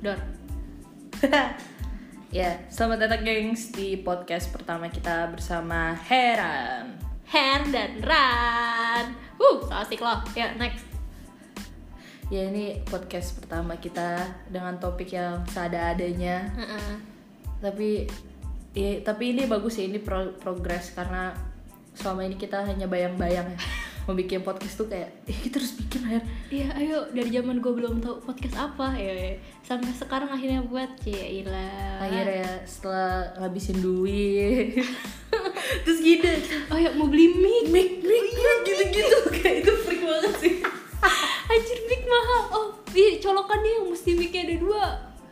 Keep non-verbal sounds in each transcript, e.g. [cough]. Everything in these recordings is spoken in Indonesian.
Dor. [laughs] ya, selamat datang gengs di podcast pertama kita bersama Heran. hand dan run. Wuh, so asik loh. Ya, next. Ya ini podcast pertama kita dengan topik yang seada-adanya. Heeh. Tapi ya, tapi ini bagus ya ini pro- progres karena selama ini kita hanya bayang-bayang ya. [laughs] Mau bikin podcast tuh kayak "Ih, kita harus bikin Her. Iya, ayo dari zaman gue belum tahu podcast apa ya, ya. sampai sekarang akhirnya buat Cila. Ah. Akhirnya setelah ngabisin duit [laughs] Terus [laughs] gini Oh ya mau beli mic, Oh, iya, Mik, mik, mik, [laughs] gitu-gitu Kayak itu freak banget sih anjir mic mahal. Oh, iya colokan dia yang mesti micnya ada dua.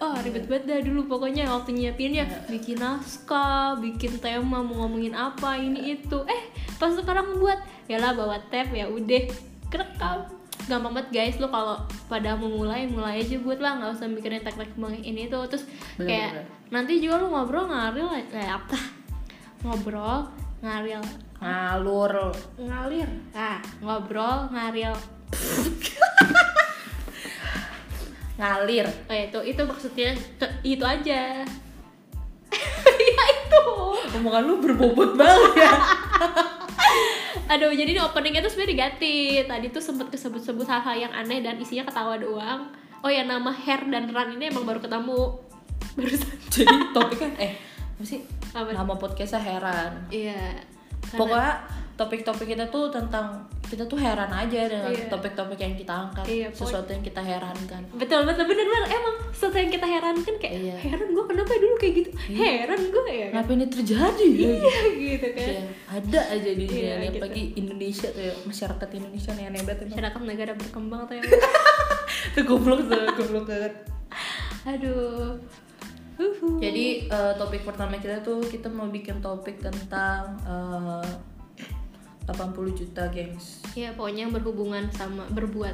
Oh ribet banget dah dulu pokoknya waktu nyiapinnya bikin naskah, bikin tema mau ngomongin apa ini itu. Eh pas sekarang buat ya lah bawa tab ya udah kerekam. Gampang banget guys lo kalau pada mau mulai mulai aja buat lah nggak usah mikirin teknik banget ini itu terus Bener, kayak bener. nanti juga lo ngobrol ngaril eh, apa ngobrol ngaril Ngalur ngalir ah ngobrol ngaril Ngalir Oh, itu itu maksudnya ke- itu aja. ya itu. Oh, Omongan lu berbobot banget [laughs] ya Aduh, jadi ini openingnya tuh sebenarnya diganti. Tadi tuh sempet kesebut-sebut hal-hal yang aneh dan isinya ketawa doang. Oh ya nama hair dan run ini emang baru ketemu [laughs] barusan. Jadi topiknya eh apa sih? Apa? Nama podcastnya heran Iya. Karena- Pokoknya topik-topik kita tuh tentang kita tuh heran aja dengan Iya. topik-topik yang kita angkat Iya, pokoknya- Iya. sesuatu yang kita herankan betul betul bener bener emang sesuatu yang kita herankan kayak Iya. heran gue kenapa ya dulu kayak gitu heran gue ya [laughs] kan? kenapa ini terjadi ya gitu. Iya, gitu kan Kayak ada aja di dunia Iya, ini, gitu. apalagi Indonesia tuh ya masyarakat Indonesia nih aneh banget [laughs] emang. masyarakat negara berkembang tuh yang itu goblok tuh goblok banget aduh Uhuh. jadi eh, topik pertama kita tuh kita mau bikin topik tentang eh, 80 juta gengs Ya pokoknya yang berhubungan sama berbuat.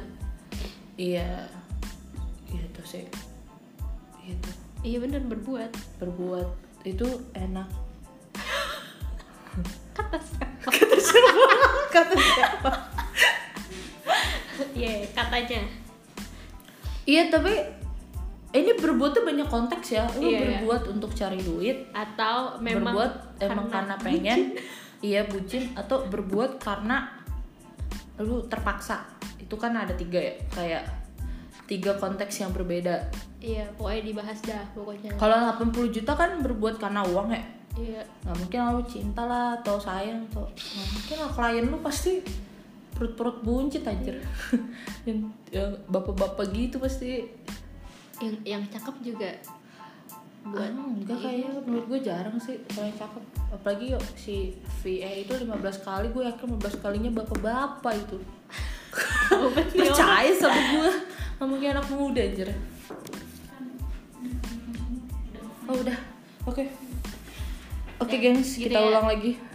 Iya. Iya itu sih. Itu Iya bener berbuat. berbuat itu enak. [laughs] Kata siapa? Kata siapa? [laughs] Iya katanya. Iya tapi ini berbuatnya banyak konteks ya. Lu Iya, iya. berbuat untuk cari duit, Atau memang berbuat emang karena pengen. Iya bucin atau berbuat karena lu terpaksa. Itu kan ada tiga ya kayak tiga konteks yang berbeda. Iya pokoknya dibahas dah pokoknya. Kalau 80 juta kan berbuat karena uang ya. Iya. nggak mungkin lah lu cinta lah atau sayang atau nggak mungkin lah klien lu pasti perut-perut buncit anjir [laughs] yang yang bapak-bapak gitu pasti Yang yang cakep [laughs] juga buat buat. enggak kayaknya menurut gue jarang sih kalau yang cakep apalagi yuk, si VA itu 15 kali gue yakin 15 kalinya bapak-bapak [laughs] itu Obat nih, orang. percaya sama gue nggak mungkin anak muda anjir oh udah oke oke gengs kita Jadi ya, ulang lagi